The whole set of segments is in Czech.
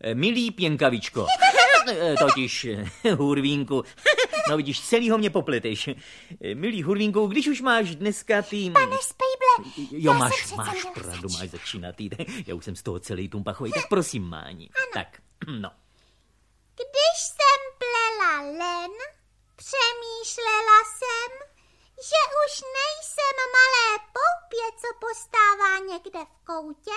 Eh, Milý pěnkavičko, Eh, totiž eh, hurvínku, no vidíš, celý ho mě popleteš. Eh, Milý hurvínku, když už máš dneska ty... Pane Spejble, Jo, já máš, jsem přece máš měl pravdu, rozhodčí. máš začínatý. Já už jsem z toho celý tumpachový, tak prosím, Máni. Tak, no. Když jsem plela len, přemýšlela jsem, že už nejsem malé poupě, co postává někde v koutě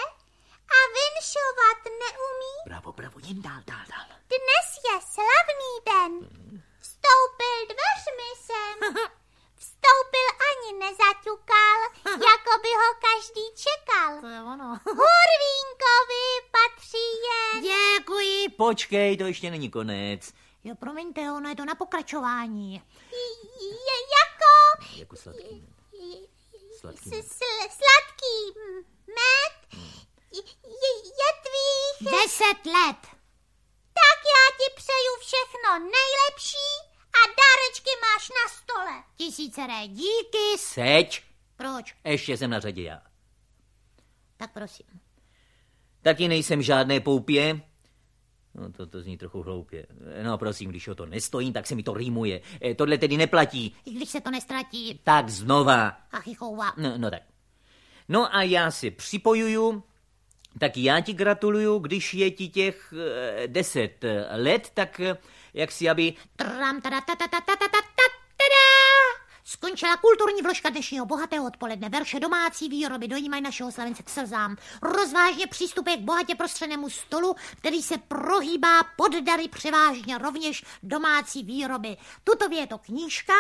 a vinšovat neumí. Bravo, bravo, jen dál, dál, dál. Dnes je slavný den. Vstoupil dveřmi sem. Vstoupil ani nezaťukal, jako by ho každý To čekal. je ono. Hurvínkovi patří jen. Děkuji. Počkej, to ještě není konec. Jo, promiňte, ono je to na pokračování. Je jako... Jako sladký. Sladký S- med. s- Sladký med je- je- je tvých. Deset let. Tak já ti přeju všechno nejlepší a dárečky máš na stole. Tisíceré díky. s- Seď, Proč? ještě jsem na řadě já. Tak prosím. Taky nejsem žádné poupě. No to, to zní trochu hloupě. No prosím, když o to nestojím, tak se mi to rýmuje. Eh, Tohle tedy neplatí. I když se to nestratí. Tak znova. A chichouva. No, no tak. No a já si připojuju, tak já ti gratuluju, když je ti těch eh, deset eh, let, tak eh, jak si, aby... Tram, tada, tada, tada, tada, tada. Skončila kulturní vložka dnešního bohatého odpoledne. Verše domácí výroby dojímají našeho slavence k slzám. Rozvážně přistupuje k bohatě prostřenému stolu, který se prohýbá pod dary převážně rovněž domácí výroby. Tuto je to knížka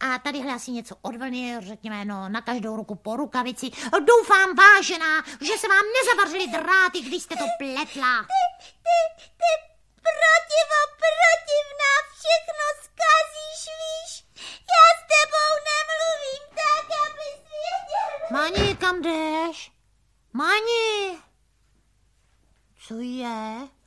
a tadyhle asi něco od vlny, řekněme, no, na každou ruku po rukavici. Doufám, vážená, že se vám nezavařily dráty, když jste to pletla. Ty, ty protivo protivná všechno zkazíš, víš? Já s tebou nemluvím tak, abys věděl. Mani, kam jdeš? Mani! Co je?